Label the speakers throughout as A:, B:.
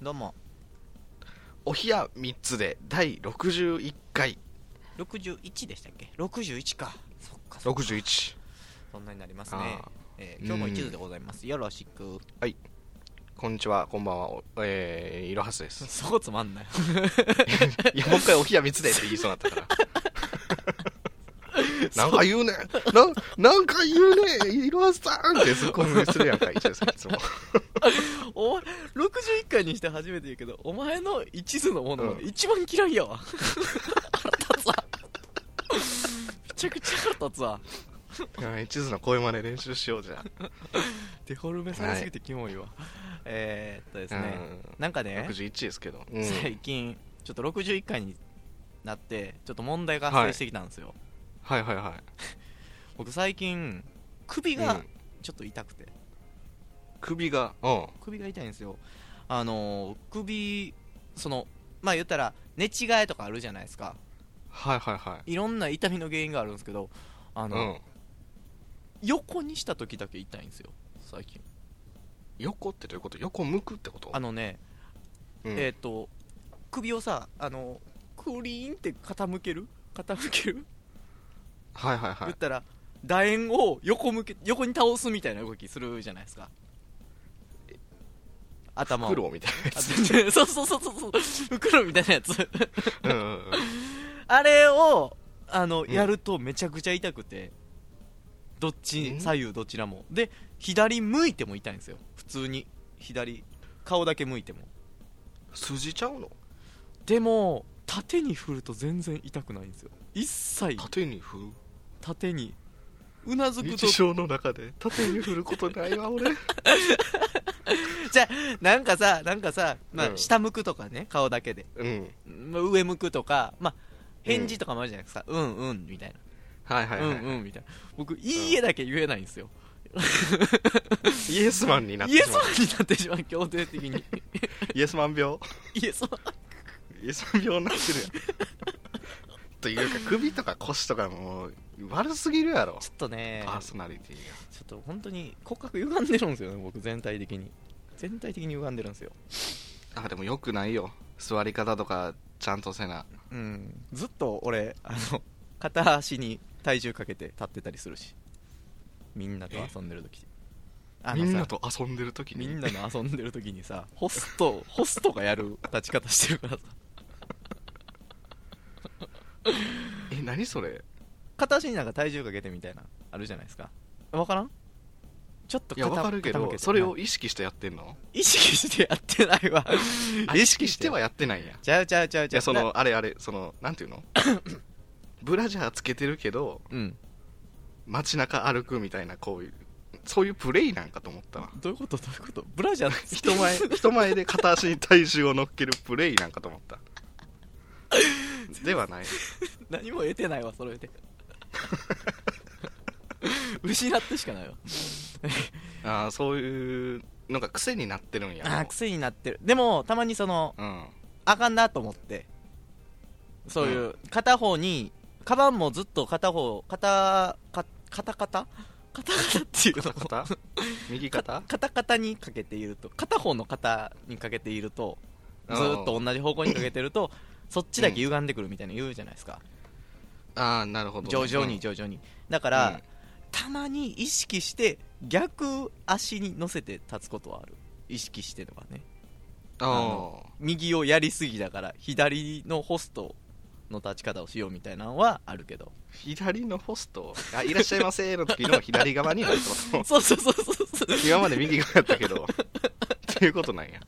A: どうも
B: お冷や3つで第61回
A: 61でしたっけ61かそっかそっか
B: 61
A: そんなになりますね
B: あー、
A: えー今日も一途でございますよろしく
B: こんにちはこんばんはおえー、いろはすで す
A: そうつまんない
B: いやもう一回お冷や3つでって言いそうになったから なんか言うねなんなんか言うねいろはすさんってツッコミするやんか一応さんいつも
A: お前61回にして初めて言うけどお前の一途のものまで
B: う
A: 一番嫌いやわ腹立つわめちゃくちゃ腹立つわ
B: うん一途の声真似練習しようじゃ
A: デフォルメされすぎてキモいわ、えー、っとです
B: ん、
A: ね、なんかね、
B: 61ですけど、うん
A: 最近ちょっと61回になってちょっと問題が発生してきたんですよ、
B: はいはいは
A: 僕最近首
B: い、う
A: が
B: ん
A: ちょっと痛くて、
B: 首がうん
A: 首が痛いんですよあのー首そのまあ言ったら寝違えとかあるじゃないですか
B: はいはいはい
A: ろんな痛みの原因があるんですけどあ
B: い、
A: の、
B: うん、
A: 横にした時だけ痛いんですよ最近
B: 横ってどういうこと横向くってこと
A: あのね、
B: うん
A: えっ、と首をさあのクリーンって傾ける傾ける
B: はいはいは
A: 言っ
B: い
A: たら楕円を横向け横に倒すみたいな動きするじゃないですか頭を
B: 苦労みたいなや
A: あ
B: つ
A: 全 然そうそうそうそうそう袋みたいなやつ
B: うんうんうん
A: あれをあの、
B: ん
A: やるとめちゃくちゃ痛くてどっち、
B: うん
A: 左右どちらもで左向いても痛いんですよ普通に左顔だけ向いても
B: 筋ちゃうの
A: でも縦に振ると全然痛くないんですよ一切
B: 縦に振る
A: 縦にうなずくと
B: 日常の中で縦に振ることないわ俺
A: なんかさなんかさ、まあ
B: うん
A: 下向くとかね顔だけで
B: うん
A: まあ上向くとか、まあ、返事とかもあるじゃないですか、うん、うんみたい
B: はいは
A: な、
B: いはい、
A: うんうんみたいな僕「いいえ」だけ言えないんですよ、
B: イエスマンになって
A: イエ
B: し
A: ス
B: まう
A: マンになってしまう強制的に
B: イエスマン病
A: イエスマン
B: イエスマン病になってるやん というか首とか腰とかもう悪すぎるやろ
A: ちょっとね
B: パーソナリティ
A: ちょっと本当に骨格歪んでるんですよね僕全体的に全体的に歪んでるんですよ
B: があでもよくないよ座り方とかちゃんとせな
A: うんずっと俺あの片足に体重かけて立ってたりするしみんなと遊んでる時あの
B: み
A: さ
B: んなと遊んでる時
A: み
B: に
A: んなの遊んでる時にさホストホストがやる立ち方してるからさ
B: え何それ
A: 片足になんか体重かけてみたいなあるじゃないですか分からんちょっと
B: いや
A: 片
B: わかるけ
A: 傾
B: ど
A: て
B: それを意識してやってんの
A: 意識してやってない わ
B: あ意識してはやってないんや
A: ちゃうちゃうちゃうちゃう
B: じゃあそのあれあれそのなんていう のブラジャーつけてるけど
A: うん
B: 街中歩くみたいなこういうそういうプレイなんかと思ったわ
A: どういうことどういうことブラジャー つけて
B: 人前人前で片足に体重を乗っけるプレイなんかと思ったではない
A: 何も得てないわそれで 失ってしかないわ
B: あーそういうのが癖になってるんや
A: あー癖になってるでもたまにその
B: うん
A: あかんなと思ってそういう、片方にカバンもずっと片方片か片肩片肩っていうのを
B: 肩右肩
A: 片肩にかけていると片方の肩にかけているとずーっと同じ方向にかけてる とそっちだけ歪んでくるみたいな言うじゃないですか、
B: ああなるほど
A: 徐々に
B: うん
A: 徐々にだから、
B: うん
A: たまに意識して逆足に乗せて立つことはある意識してとかね
B: あ
A: 右をやりすぎだから左のホストの立ち方をしようみたいなのはあるけ ど
B: ー左のホストあいらっしゃいませーの時の左側になるってこ と
A: そうそうそうそうそう
B: 今まで右側やったけどっていうことなんや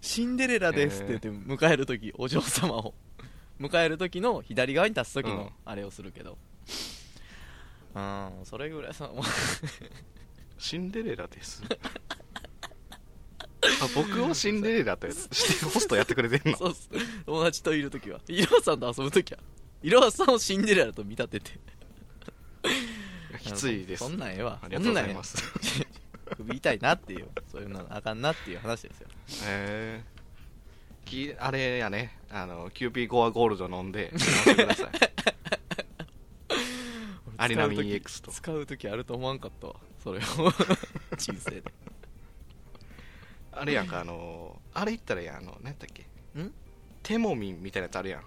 A: シンデレラですって言って迎える時お嬢様を 迎える時の左側に立つ時
B: うん
A: のあれをするけどうんそれぐらいさ もう
B: シンデレラですあ僕をシンデレラとしてホストやってくれてんの
A: そうっす友達といる時はいろはさんと遊ぶ時はいろはさんをシンデレラと見立てて
B: きついです
A: そんなんええわ
B: ありがとうございますす
A: 首痛いなっていうそういうのあかんなっていう話ですよ
B: へえきあれやねあのキューピーコアゴールド飲 んで飲んでくださいアリナミン EX と
A: 使う時あると思わんかったわそれを人生で
B: あれやんかあのあれ行ったらいいやんあの何やったっけ
A: ん
B: テモミンみたいなやつあるやん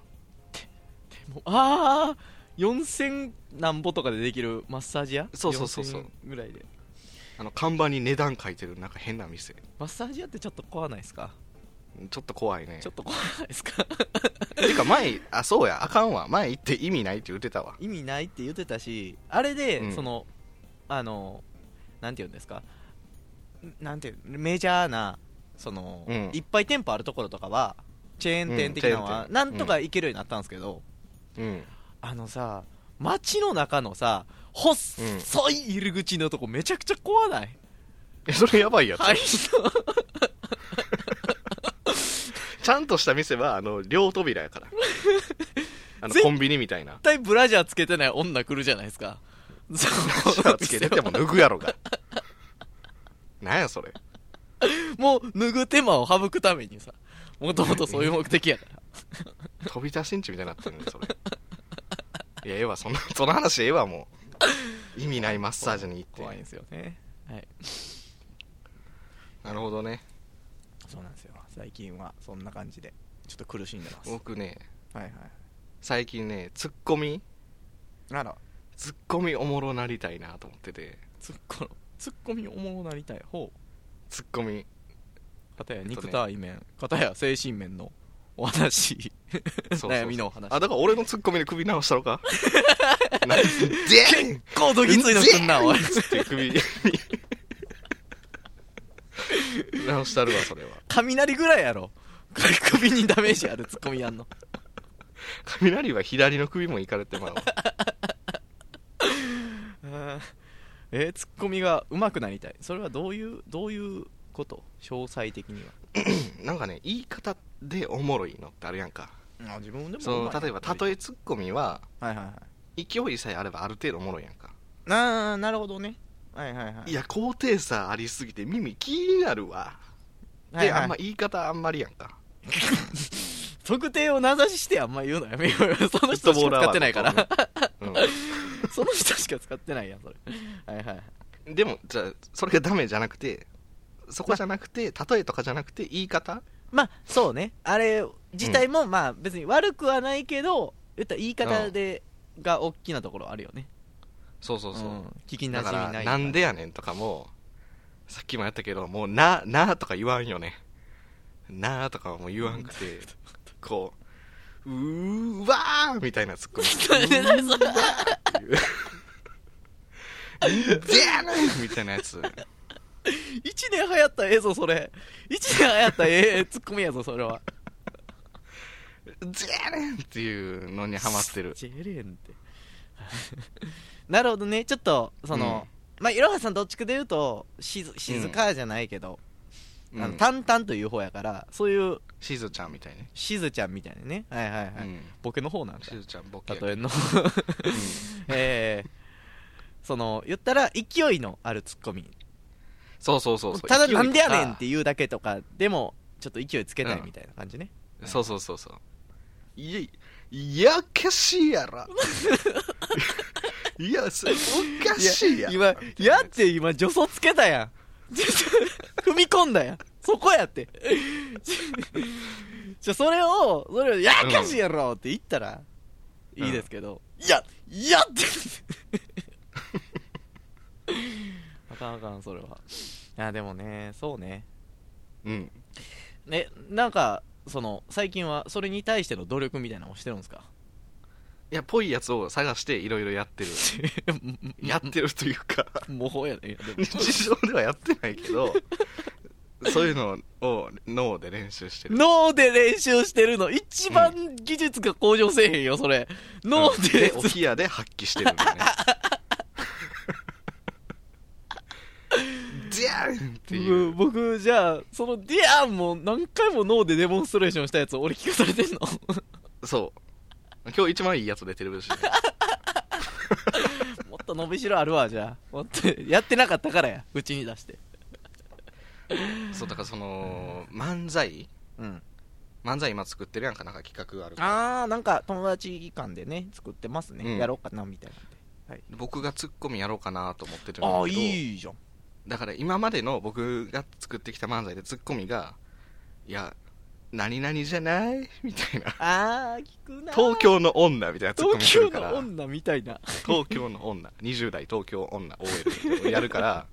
A: もうああ4000なんぼとかでできるマッサージ屋
B: そうそうそうそう
A: 4000ぐらいで
B: あの看板に値段書いてるなんか変な店
A: マッサージ屋ってちょっと怖ないですか、
B: ちょっと怖いね
A: ちょっと怖ないですか
B: てか前あそうやあかんわ前行って意味ないって言ってたわ
A: 意味ないって言ってたしあれで、
B: うん
A: そのあのなんて言うんですかんなんていうメジャーなその、
B: うん
A: いっぱい店舗あるところとかはチェーン店的なの
B: うんチェーン
A: は、
B: 店
A: なんとか行けるようになったんですけど、
B: うん
A: あのさ街の中のさ細い入り口のとこめちゃくちゃ怖ない、
B: えそれやばいやつ、
A: はい
B: ちゃんとした店はあの両扉やから あの
A: ぜ
B: コンビニみたいな
A: 絶対ブラジャーつけてない女来るじゃないですか。 そ
B: シャワーつけてても脱ぐやろがなんやそれ
A: もう脱ぐ手間を省くためにさ、もともとそういう目的やから。
B: 飛び出しんちみたいになってるねそれいやええわそんな その話ええわもう意味ないマッサージに行って
A: 怖いんですよね。はい。
B: なるほどね
A: そうなんですよ。最近はそんな感じで、ちょっと苦しんでます。はい
B: 僕ね
A: はい。
B: 最近ねツッコミ
A: なら、
B: ツッコミおもろなりたいなと思ってて
A: ツッコ、ツッコミおもろなりたい方。
B: ツッコミ
A: かたや
B: っとね
A: 肉体面、かたや精神面のお話、
B: そうそう
A: 悩みのお話。
B: あだから俺のツッコミで首直し たのか何でーん
A: こうどぎついのすんな、おい。
B: つって首に直したるわそれは
A: 雷ぐらいやろ。首にダメージあるツッコミやんの。
B: 雷は左の首もいかれてまうわ
A: えー、ツッコミが上手くなりたいそれはどういうどういうこと詳細的に
B: なんかね言い方でおもろいのってあるやんか
A: はあ自分でも
B: その例えば
A: え
B: 例えツッコミは
A: はいはいは
B: 勢いさえあればある程度おもろいやんか
A: いななるほどねはいはいはい
B: いや高低差ありすぎて耳気になるわで、
A: はいはい
B: あんま言い方あんまりやんか
A: 特定を名指ししてあんま言うのやめよう よその人しか使ってないから、
B: フットボールアワーとかね
A: その人しか使ってないやん それはいはい
B: うん、でもじゃあそれがダメじゃなくてそこじゃなくて例えとかじゃなくて言い方
A: まあそうねあれ自体もまあ別に悪くはないけど言ったら言い方でが大きなところあるよね
B: そうそうそう、
A: ん聞きな
B: だ
A: じ
B: か
A: み
B: ら
A: ない
B: なんでやねんとかもさっきもやったけどもうななとか言わんよねなとかはもう言わんくてこううーわーみたいなツッコミでやねんみたいなやつ
A: 1年流行ったらええぞそれ1年流行ったらええツッコミやぞそれは
B: でやねんっていうのにハマってる
A: ジェレンって なるほどねちょっとその、まあいろはさんどっちかで言うとしず静かじゃないけど、あの
B: うん
A: 淡々という方やからそういう
B: しずちゃんみたいね、
A: しずちゃんみたいなねはいはいはい、
B: うん、
A: ボケの方なんだ
B: しずちゃんボケやけど
A: 例えの
B: うん
A: えー、その言ったら勢いのあるツッコミ
B: そうそうそうそう
A: ただ
B: 勢い
A: なんでやねん
B: と
A: っ
B: か
A: ていうだけとかでもちょっと勢いつけないみたいな感じね、
B: そうそうそうそう。いや、いやけしや ら。いや、それおかしいやろ。
A: 今、やって今、助走つけたやん。踏み込んだやん。そこやって。じゃ、それを、それを、やっかしやろって言ったら、
B: うん
A: いいですけど、いや、いやって。あかんあかん、それは。いや、でもね、そうね。
B: うん。
A: ね、なんか、その、最近は、それに対しての努力みたいなのをしてるんですか
B: いや、ぽいやつを探していろいろやってる。 やってるという か、
A: 模倣やね。いやでも
B: 日常ではやってないけど、そういうのを脳で練習 してる。
A: 脳で練習してるの一番技術が向上せえへんよそれ脳
B: うん
A: で,、
B: お冷やで発揮してるんだ よね。じゃんっていう。
A: 僕僕じゃあそのディアンも何回も脳でデモンストレーションしたやつ俺聞かされてんの
B: そう。今日一番いいやつ出てるしね。
A: もっと伸びしろあるわじゃあもっとやってなかったからやうちに出して
B: そう、だからその、漫才
A: うん
B: 漫才今作ってるやんかなんか企画があるから
A: ああなんか友達間でね作ってますね、
B: うん
A: やろうかなみたいな
B: 僕がツッコミやろうかなと思ってるんだけど
A: ああーいいじゃん
B: だから今までの僕が作ってきた漫才でツッコミが「いや何々じゃない?」 みたいな
A: あー聞くな
B: 東京の女みたいなツッコミす
A: 東京
B: るか
A: の
B: ら
A: 女みたいな
B: 東京の女20代東京女 OL みたいなのをやる から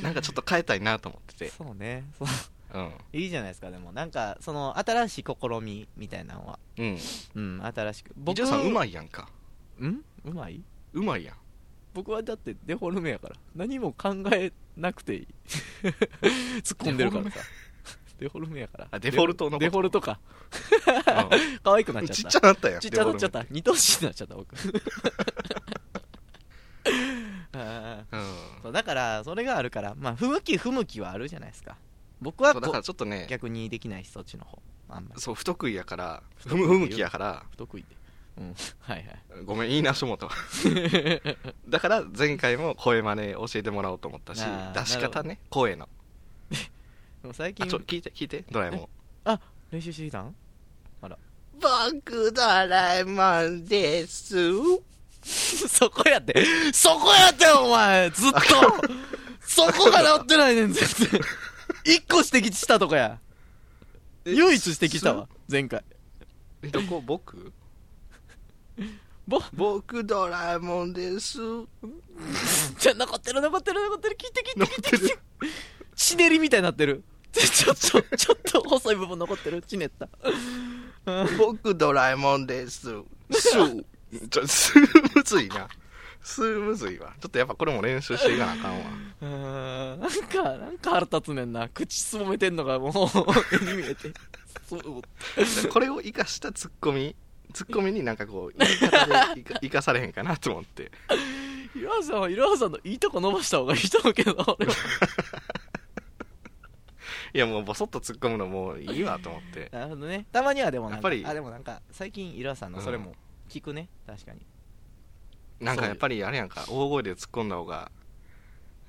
B: なんかちょっと変えたいなと思ってて
A: そうねそう
B: うん
A: いいじゃないですかでもなんかその新しい試みみたいなのは
B: うん
A: うん新しく
B: 伊集さんう
A: い
B: まいやんか
A: うんうまいう
B: まい やん
A: 僕はだってデフォルメやから何も考えなくて いい突っ込んでるからさデフォルメやから
B: あデフォルトのこと
A: デフォルトか
B: う
A: 可愛くなっ
B: ん
A: ちゃった
B: ちっちゃなったやん
A: ちっちゃなっちゃっ
B: デ
A: た二等身になっちゃった僕 あー
B: フォルメうん
A: そうだからそれがあるからまあ不向き不向きはあるじゃないですか僕はこ
B: そうだからちょっと
A: う
B: ね
A: 逆にできないしそっちの方あんまり
B: そう不得意やから
A: 不
B: 不
A: 得意
B: 不向きやから
A: 不得意でうんはいはい
B: ごめんいいなしも とだから前回も声真似教えてもらおうと思ったし
A: あー
B: 出し方ね声の
A: でも最
B: あちょ
A: 近
B: 聞いて聞いてドラえもん
A: 練習してきたん
B: 僕ドラえもんです
A: そこやって、そこやってお前、ずっと。そこが治ってないねん、全然。一個指摘したとかや。唯一指摘したわ、前回。
B: すどこ僕
A: ぼ、
B: 僕ドラえもんです
A: じゃ、残ってる、残ってる、残ってる、聞いて、聞いて、聞いて、
B: 残
A: 聞いて。ちねりみたいになってる。ちょちょっと、ちょっと細い部分残ってる、ちねった。
B: 僕ドラえもんですすちょすむずいなすむずいわちょっとやっぱこれも練習していかなあかんわ
A: うーん、なんか、なんか腹立つねんな。口すぼめてんのがもう、 目に見えて。そう
B: これを生かしたツッコミツッコミになんかこう言い方で生か 生かされへんかなと思って
A: いろはさんは、いろはさんのいいとこ伸ばした方がいいと思うけど、俺は。
B: いやもうボソッと突っ込むのもういいわと思って
A: なるほどねたまにはでもなんか
B: やっぱり
A: あでもなんか最近イラさんのそれも聞くね、確かに
B: なんかやっぱりあれやんか大声で突っ込んだ方が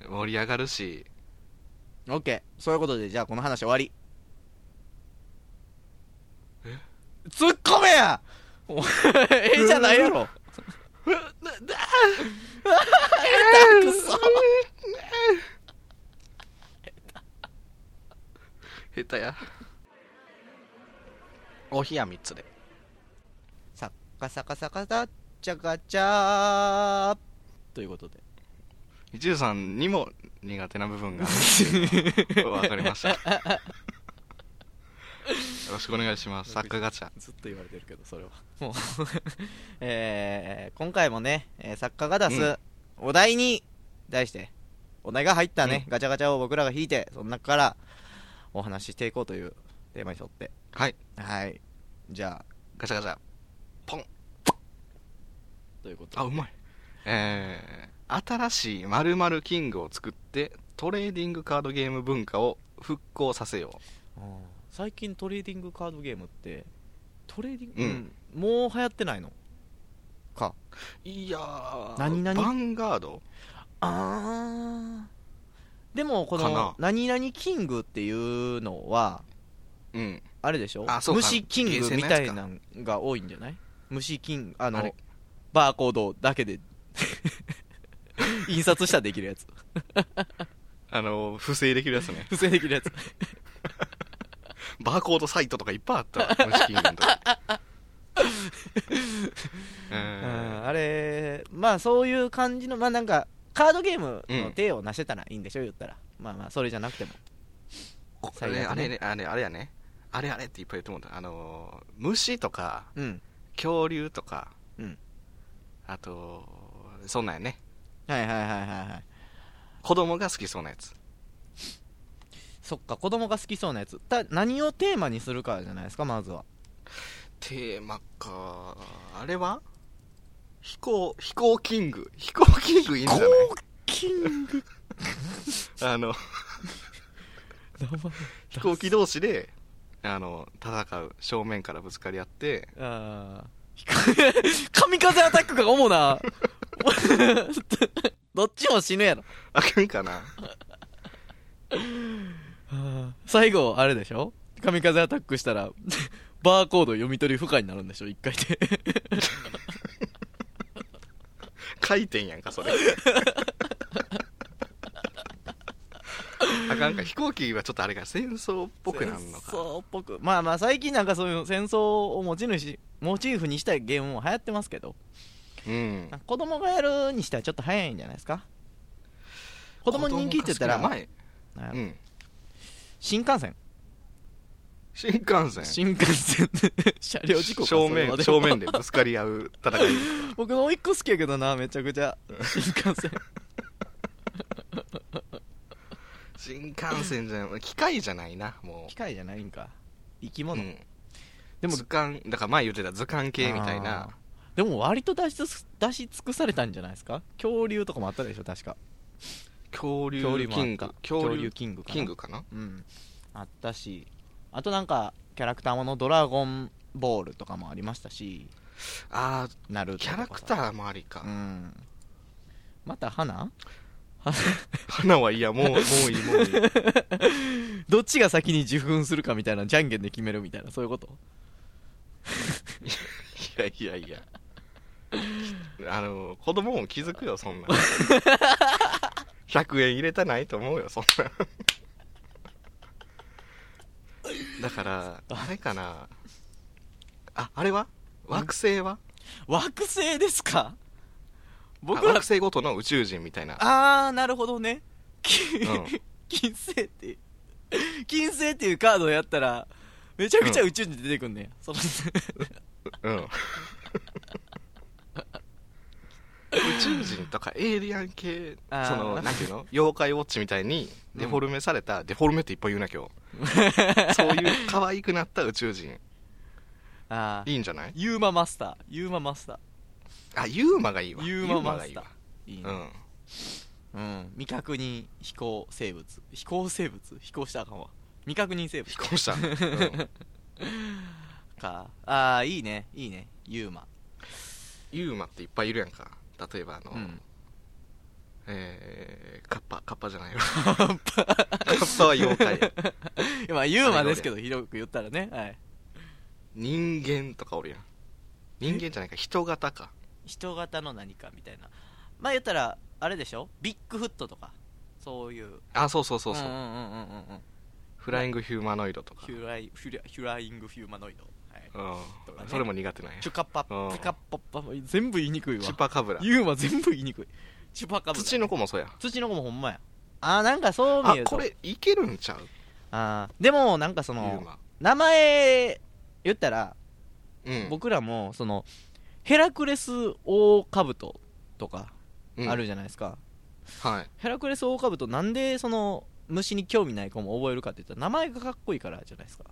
B: 盛り上がるし
A: OK そういうことでじゃあこの話終わりツッコめやお前ええじゃないやろくそ
B: 下手やお冷や3つで
A: サッカサカサカサッチャカチャーということで
B: 伊集さんにも苦手な部分があるっていうのが分かりましたよろしくお願いします作家ガチャ
A: ずっと言われてるけどそれはもう えー、今回もね、えー作家が出
B: う
A: すお題に題してお題が入ったね、ガチャガチャを僕らが引いてその中からお話ししていこうというテーマに沿って
B: はい
A: はいじゃあ
B: ガチャガチャポン
A: ということ
B: あうまいえー、新しい〇〇キングを作ってトレーディングカードゲーム文化を復興させよ
A: うん最近トレーディングカードゲームってトレーディング、
B: うん
A: うんもう流行ってないのか
B: ういやー
A: 何々
B: ヴァンガード
A: あーでもこ
B: か
A: の
B: な
A: 「何々キング」っていうのは
B: うん
A: あれでしょ
B: あそうか
A: 虫キングみたいなのが多いんじゃない虫キングあの
B: あれ
A: バーコードだけで 印刷したらできる やつ
B: あの不正できるやつ ね
A: 不正できるやつ
B: バーコードサイトとかいっぱいあったわ虫キング の時え
A: う
B: ー
A: んあれまあそういう感じのまあなんかカードゲームの手をなしてたらいいんでしょ言ったらまあまあそれじゃなくても
B: こ
A: 最悪ね
B: れあれねあれあれやねあれあれっていっぱい言ってもらったあのー虫とか
A: うん
B: 恐竜とか、
A: うん
B: あとそんなんやね
A: はいはいはいはいはい
B: 子供が好きそうなやつ
A: そっか子供が好きそうなやつた何をテーマにするかじゃないですかまずは
B: テーマかあれは飛行飛行キング飛行キングいいんじゃない
A: キン グ
B: あの飛行機同士であの戦う正面からぶつかり合って
A: あー 神風アタックが主な どっちも死ぬやろ
B: あかんかな
A: 最後あれでしょ神風アタックしたら バーコード読み取り不可になるんでしょ一回で
B: 回転やんかそれあかんか飛行機はちょっとあれが戦争っぽくなるの
A: 戦
B: か
A: 争っぽくまあまあ最近なんかそういう戦争をモチーフにモチーフにしたいゲームも流行ってますけど
B: うん
A: 子供がやるにしてはちょっと早いんじゃないですか子供に人気って言ったら、
B: 子供が好きな
A: はい
B: 前うん
A: 新幹線
B: 新幹線
A: 新幹線 車両事故か
B: 正
A: それは
B: 面
A: も
B: 正面でぶつかり合う戦い
A: 僕の甥っ子好きやけどなめちゃくちゃ新幹 線
B: 新幹線じ ゃない機械じゃないなも
A: 機械じゃないんか生き
B: う、う
A: 物、
B: ん、
A: でも
B: 図鑑だから前言ってた図鑑系みたいな
A: あーでも割と出しつ出し尽くされたんじゃないですか恐竜とかもあったでしょ確か
B: 恐竜
A: 恐竜も
B: キ
A: あ
B: ン
A: っ
B: グ
A: た
B: 恐
A: 恐
B: 竜
A: 竜キングかな
B: キングかな
A: うんあったしあとなんかキャラクターものドラゴンボールとかもありましたし
B: あ
A: ナル
B: あ
A: ト
B: キ
A: とか
B: ャ
A: さ
B: ラクターもありか、
A: うんまた花
B: 花はいやも うもういいもういい
A: どっちが先に受粉するかみたいなじゃんけんで決めるみたいなそういうこと
B: いやいやいやあの子供も気づくよそんな100円入れたないと思うよそんなだからあれかなああれは惑星は
A: 惑星ですか僕
B: あ惑
A: ら
B: 星ごとの宇宙人みたいな
A: ああなるほどね、
B: うん
A: 金星って金星っていうカードをやったらめちゃくちゃ宇宙に出てくんね、ん、 その
B: うん宇宙人とかエイリアン系
A: あー
B: そのなんていうの妖怪ウォッチみたいにデフォルメされた、デフォルメっていっぱい言うな今日そういう可愛くなった宇宙人
A: ああ
B: いいんじゃない
A: ユーママスターユーママスタ
B: あユーマがいいわ
A: ーユーママ
B: がい
A: ス
B: い
A: タ
B: わ
A: ーいい
B: うん
A: ね、うん未確認飛行生物飛行生物飛行したらあかんわ未確認生物
B: 飛行した、うん
A: かああいいねいいねユーマ
B: ユーマっていっぱいいるやんか例えばあの、
A: うん
B: えー、カッパカッパじゃないわ カッパは妖怪や
A: まあユーマですけど広く言ったらねはい
B: 人間とかおるやん人間じゃないか人型か
A: 人型の何かみたいなまあ言ったらあれでしょビッグフットとかそういう
B: あそうそうそうそう、
A: んうんうんうんうんうん
B: フライングヒューマノイドとか、
A: ヒュライヒュラヒュライングヒューマノイド、はい、とか
B: うん
A: ね
B: それも苦手なんや
A: チュカッパ
B: うん
A: チュカッパッパ全部言いにくいわ
B: チュパカブラ
A: ユーマ全部言いにくいチュパカブラ
B: 土の子もそうや
A: 土の子もほんまやあーなんかそう
B: あ
A: 見ると
B: これいけるんちゃう
A: あーでもなんかそ
B: ユー
A: の
B: マ
A: 名前言ったら
B: うん
A: 僕らもそのヘラクレスオオカブトとか
B: うん
A: あるじゃないですか、
B: はい
A: ヘラクレスオオカブトなんでその虫に興味ない子も覚えるかって言ったら名前がかっこいいからじゃないですか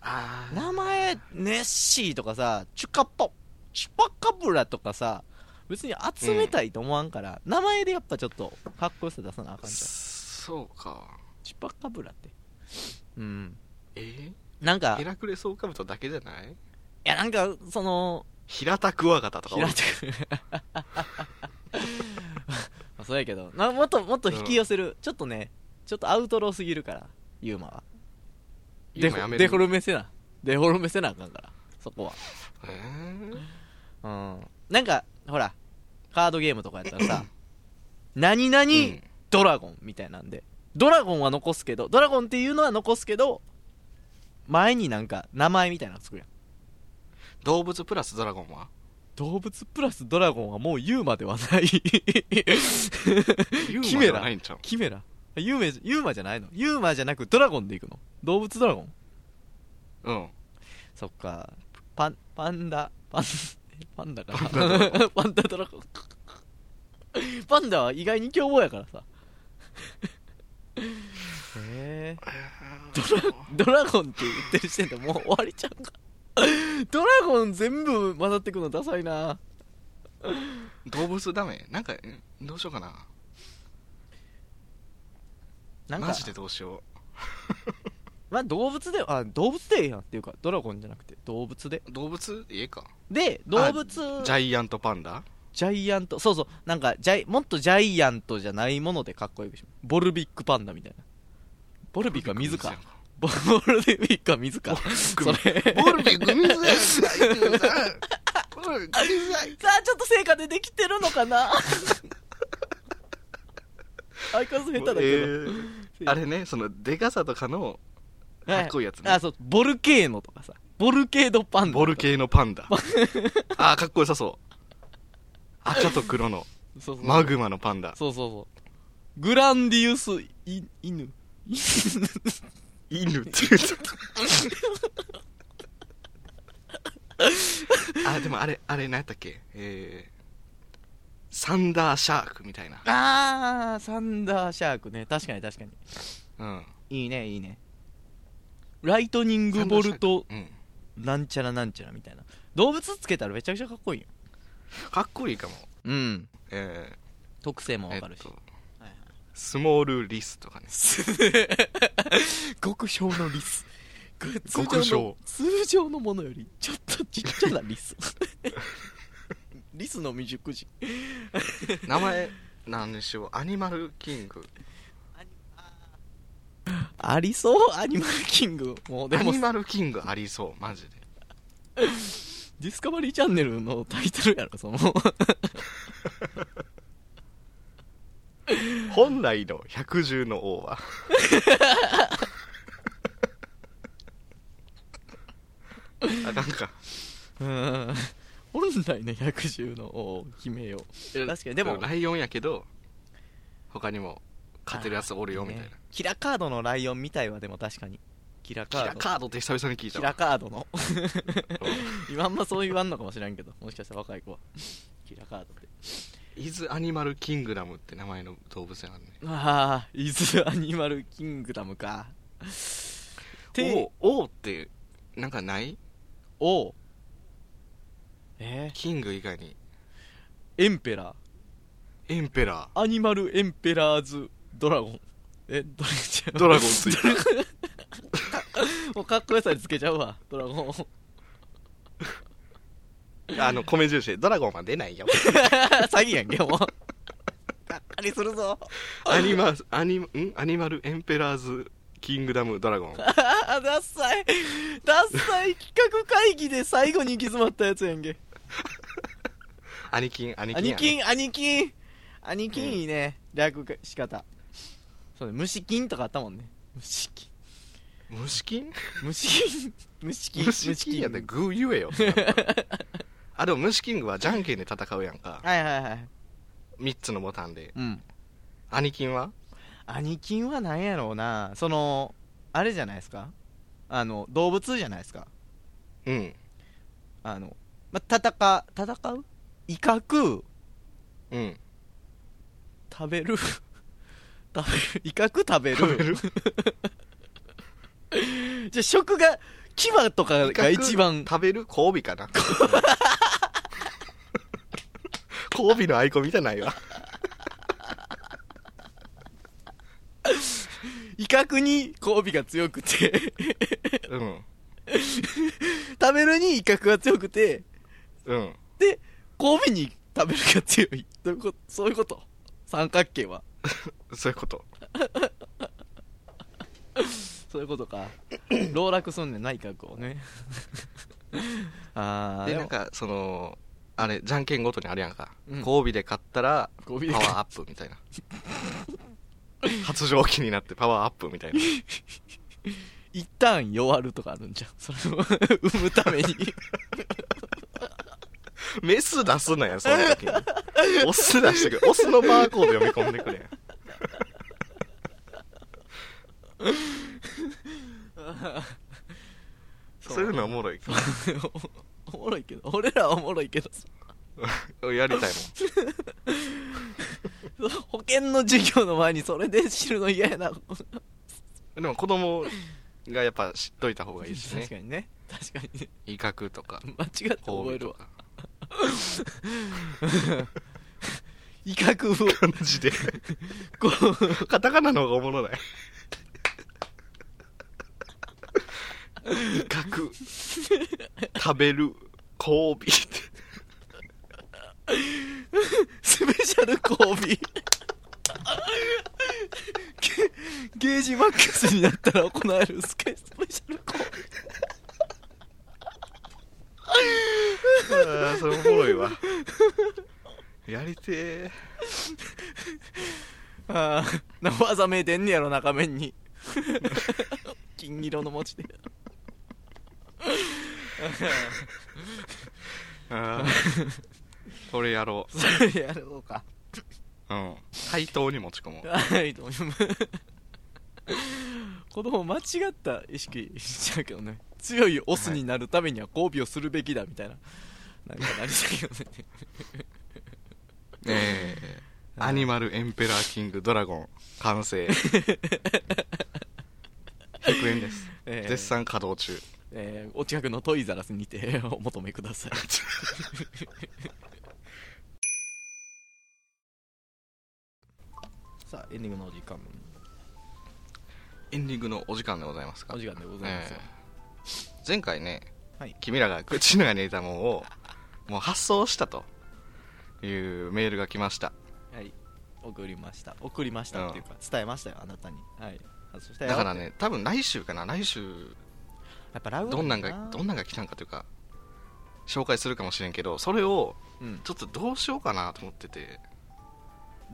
B: あ
A: 名前ネッシーとかさチュカポチュパカブラとかさ別に集めたいと思わんから、名前でやっぱちょっとかっこよさ出さなあかんじゃん
B: そうか
A: チュパカブラってうん
B: え
A: なん
B: ー、
A: か
B: ヘラクレスオオカブトだけじゃない
A: いやなんかその
B: 平田クワガタとかおる
A: 平たく まあそうやけどなもっともっと引き寄せる、ちょっとねちょっとアウトローすぎるからユーマは
B: ユ
A: デ
B: ーマや
A: フ
B: め
A: デ
B: る
A: フォルメせなデフォルメせなあかんからそこ
B: えー
A: はうんなんかほらカードゲームとかやったら さ何々ドラゴンみたいなんで、ドラゴンは残すけどドラゴンっていうのは残すけど前になんか名前みたいなのつくやん
B: 動物プラスドラゴンは
A: 動物プラスドラゴンはもうユーマではない
B: ユーマ
A: キ
B: じ
A: メ
B: ゃ
A: ラ
B: ないんちゃう
A: キメラユーメユーマじゃないのユーマじゃなくドラゴンでいくの動物ドラゴン
B: うん
A: そっかパンパンダパン えパンダか
B: パンダド
A: な パンダドラゴンパンダは意外に凶暴やからさへえドラゴンって言ってる時点でもう終わりちゃうかドラゴン全部混ざってくのダサいな
B: 動物ダメなんかうんどうしようかな
A: なんか
B: マジでどうしよ
A: まあ動物であ動物でええやんっていうかドラゴンじゃなくて動物で
B: う動物いいか
A: で動物ジ
B: ジャイアントパンダ
A: ャイアントそうそうなんかジャイもっとジャイアントじゃないものでかっこよくしようボルビックパンダみたいなボルビックは水かボルビックは水かそれ
B: ボルビグミズやんボルビグミズやん
A: さあちょっと成果出てき てるのかな相変わらず下手だけど、
B: えーあれねそのでかさとかのかっこいいやつね
A: あそうボルケーノとかさボルケードパンダ
B: ボル系のパンダあーかっこよさそう赤と黒の
A: そうそう
B: マグマのパンダ
A: そうそうそうグランディウスイ犬
B: 犬って言っちゃったあでもあれあれ何やったっけえー、サンダーシャークみたいな
A: あーサンダーシャークね確かに確かに
B: うん
A: いいねいいねライトニングボルト
B: うん
A: なんちゃらなんちゃらみたいな動物つけたらめちゃくちゃかっこいいよ
B: かっこいいかも
A: うん
B: え
A: 特性も
B: ー、え
A: わ
B: っ
A: かるし、
B: と
A: はいはい
B: スモールリスとかね
A: 極小のリス通
B: 極
A: 常の
B: 小
A: 通常のものよりちょっとちっちゃなリス リスの未熟人
B: 名前なんでしょうアニマルキング
A: ありそうアニマルキングもうで
B: ア
A: も
B: ニマルキングありそうマジで
A: ディスカバリーチャンネルのタイトルやろそ の
B: 本来の百獣の王 はあなんか
A: うん本来の百獣の王姫よ確かにでも
B: ライオンやけど他にも勝てるやつおるよみたいな、
A: ねキラカードのライオンみたいはでも確かにキラ
B: キ
A: カー
B: ラ
A: ド
B: カードって久々に聞い
A: キ
B: た
A: ラ
B: わ
A: カードの
B: うん
A: 今あんまそう言わんのかもしれんけどもしかしたら若い子はキラカードって
B: イズ・アニマル・キングダムって名前の動物やんね
A: ああ伊豆アニマルキングダムかて
B: 王王ってなんかない
A: おえ
B: キング以外に
A: ー、エンペラー
B: エンペラ
A: アニマルエンペラーズドラゴンえドラゴ
B: ー
A: ン
B: ドラゴンついた
A: もうかっこよさにつけちゃうわドラゴン
B: あの米印でドラゴンは出ない よ
A: 詐欺やんけもうがっかりするぞ
B: アニマアニんアニマルエンペラーズキングダムドラ ゴン
A: あーダッサいダッサい企画会議で最後に行き詰まったやつやんけ
B: アニキンアニキン
A: 兄
B: や
A: 貴兄
B: ね
A: 貴兄貴いいね、略し方そうね虫金とかあったもんね虫金
B: 虫金
A: 虫金虫金
B: 虫金やでグー言 えよあでも虫キングはじゃんけんで戦うやんか
A: はいはいはい
B: 3つのボタンで
A: うん
B: アニキンは
A: 兄貴は何やろうなそのあれじゃないですかあの動物じゃないですか
B: うん
A: あの、ま、戦戦う威嚇
B: うん
A: 食べる 食べる威嚇食べる
B: 食べる
A: じゃあ食が牙とかが一番
B: 食べる交尾か な交尾のアイコン見てないわ
A: 威嚇に交尾が強くて
B: うん
A: 食べるに威嚇が強くて
B: うん
A: で交尾に食べるが強い どういうことそういうこと三角形は
B: そういうこと
A: そういうことか 老落すんねんな威嚇をね ああ
B: でなんかそのあれじゃんけんごとにあるやんか、
A: うん
B: 交尾で勝ったら
A: 交尾
B: パ
A: で
B: ワーアップみたいな 発情期になってパワーアップみたいな
A: 一旦弱るとかあるんじゃんそれを 産むために
B: メス出すなやその 時にオス出してくれオスのバーコード読み込んでくれそういうのおもろいけ
A: おもろいけど俺らはおもろいけど
B: ど やりたい
A: 保険の授業の前にそれで知るの嫌やな、
B: もんでも子供がやっぱ知っといた方がいいしね
A: 確かにね確かにね
B: 威嚇とか
A: 間違って覚
B: 交
A: え
B: 尾
A: る
B: と
A: わ
B: か
A: 威嚇を
B: 感じで
A: こう
B: カタカナの方がおもろない威嚇食べる交尾って
A: スペシャル交尾 ゲゲージマックスになったら行えるスケスペシャル交
B: ああそれおもろいわやりてえ
A: ああ生技めいてんねやろ中面に金色の文 字で
B: あーこれやろ
A: それやろうか
B: ううん対等に持ち込もう
A: はいと思います 子供間違った意識しちゃうけどね強いオスになるためには交尾をするべきだみたいな、なんかなりそうやけどね
B: ええアニマルエンペラーキングドラゴン完成 100円です、
A: ええ
B: 絶賛稼働中
A: えーお近くのトイザラスにてお求めくだ さいさあエンディングのお時間
B: エンディングのお時間でございますか
A: お時間でございますよ、
B: ええ前回ね、
A: はい
B: 君らが口の中に入れたものを もう発送したというメールが来ました
A: はい送りました送りましたっていうか、伝えましたよあなたにはいあそしたよ
B: だからね多分来週かな来週
A: やっぱラウ
B: どんなん
A: だ
B: がどんなんが来たんかというか紹介するかもしれんけどそれを
A: うん、
B: ちょっとどうしようかなと思ってて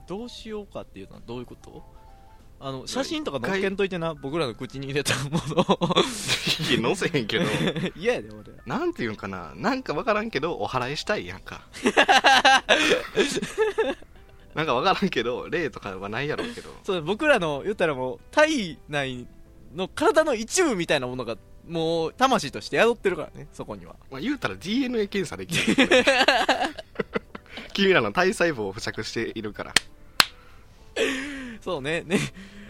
A: どうしようかっていうのはどういうことあの写真とか載っけんといてな僕らの口に入れたもの
B: いや載せへんけど
A: 嫌やで俺
B: なんていうんかななんかわからんけどお祓いしたいやんか なんかわからんけど例とかはないやろうけど
A: そう僕らの言ったらもう体内の体の一部みたいなものがもう魂として宿ってるからねそこには
B: まあ、言うたら DNA 検査できるよ これ君らの体細胞を付着しているから、
A: そうねね、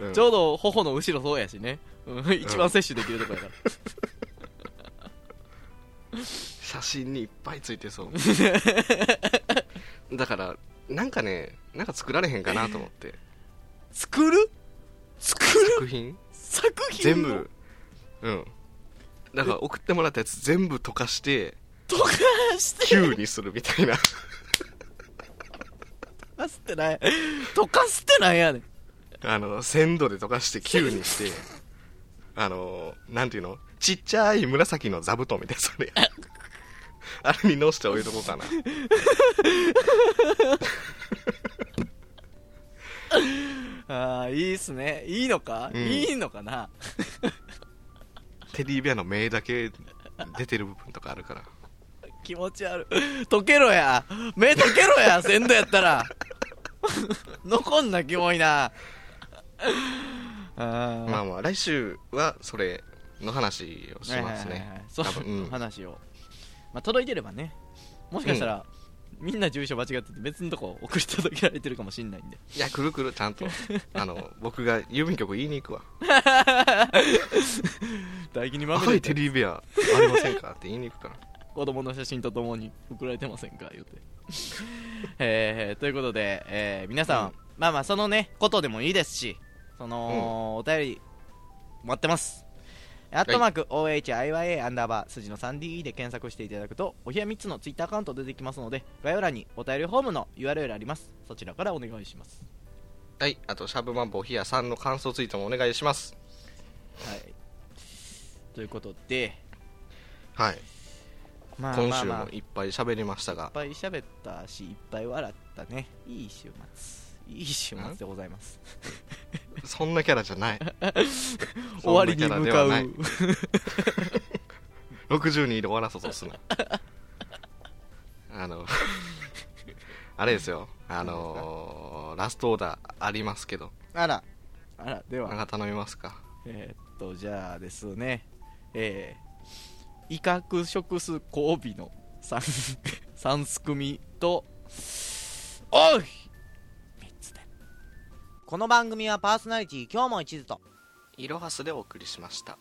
B: うん
A: ちょうど頬の後ろそうやしね、うん、一番摂取できるとこやから
B: 写真にいっぱいついてそうだからなんかねなんか作られへんかなと思って
A: 作る作る
B: 作品
A: 作品
B: 全
A: を
B: 部うんだから送ってもらったやつ全部溶かして
A: 溶かして
B: 9にするみた いな
A: 溶かすってない溶かすってなんやねん
B: あの鮮度で溶かして9にしてあのなんていうのちっちゃい紫の座布団みたいな それあれに乗して置いとこうかな
A: ああいいっすねいいのか、
B: うん
A: いいのかな
B: テディベアの目だけ出てる部分とかあるから
A: 気持ち悪い溶けろや目溶けろや鮮度やったら 残んなキモいなあー
B: まあまあ来週はそれの話をします
A: はいはいはいは
B: ね
A: いそう
B: 多分うん
A: 話を、まあ、届いてればねもしかしたら、みんな住所間違ってて別のとこ送り届けられてるかもしんないんで
B: いやくるくるちゃ んとあの僕が郵便局言いに行くわ
A: 大気に
B: 「
A: まみ
B: 赤
A: れ
B: いテ
A: て
B: ディベアありませんか?」って言いに行くから
A: 子供の写真とともに送られてませんか言うて えー、ということで、えー皆さん、
B: うん
A: まあまあそのねことでもいいですしその、お便り待ってますアットマーク OHIYA アンダーバー数字の 3DE で検索していただくとお部屋3つのツイッターアカウント出てきますので概要欄にお便りフォームの URL ありますそちらからお願いします
B: はいあとシャブマンボヒヤさんの感想ツイートもお願いします
A: はいということで
B: はい
A: まあ
B: 今
A: まあ
B: 週
A: まあ
B: もいっぱい喋りましたが
A: いっぱい喋ったしいっぱい笑ったねいい週末いい週末でございます
B: そんなキャラじゃない
A: 終わりに向かう
B: そんなキャラではない60人で終わらそうとすな あの あれですよあのーラストオーダーありますけど
A: あらあらで
B: なん
A: は
B: か頼みますか
A: えーっとじゃあですねえー、威嚇食す交尾の3 三すくみとおい3つで
C: この番組はパーソナリティ今日も一途と
B: いろはすでお送りしました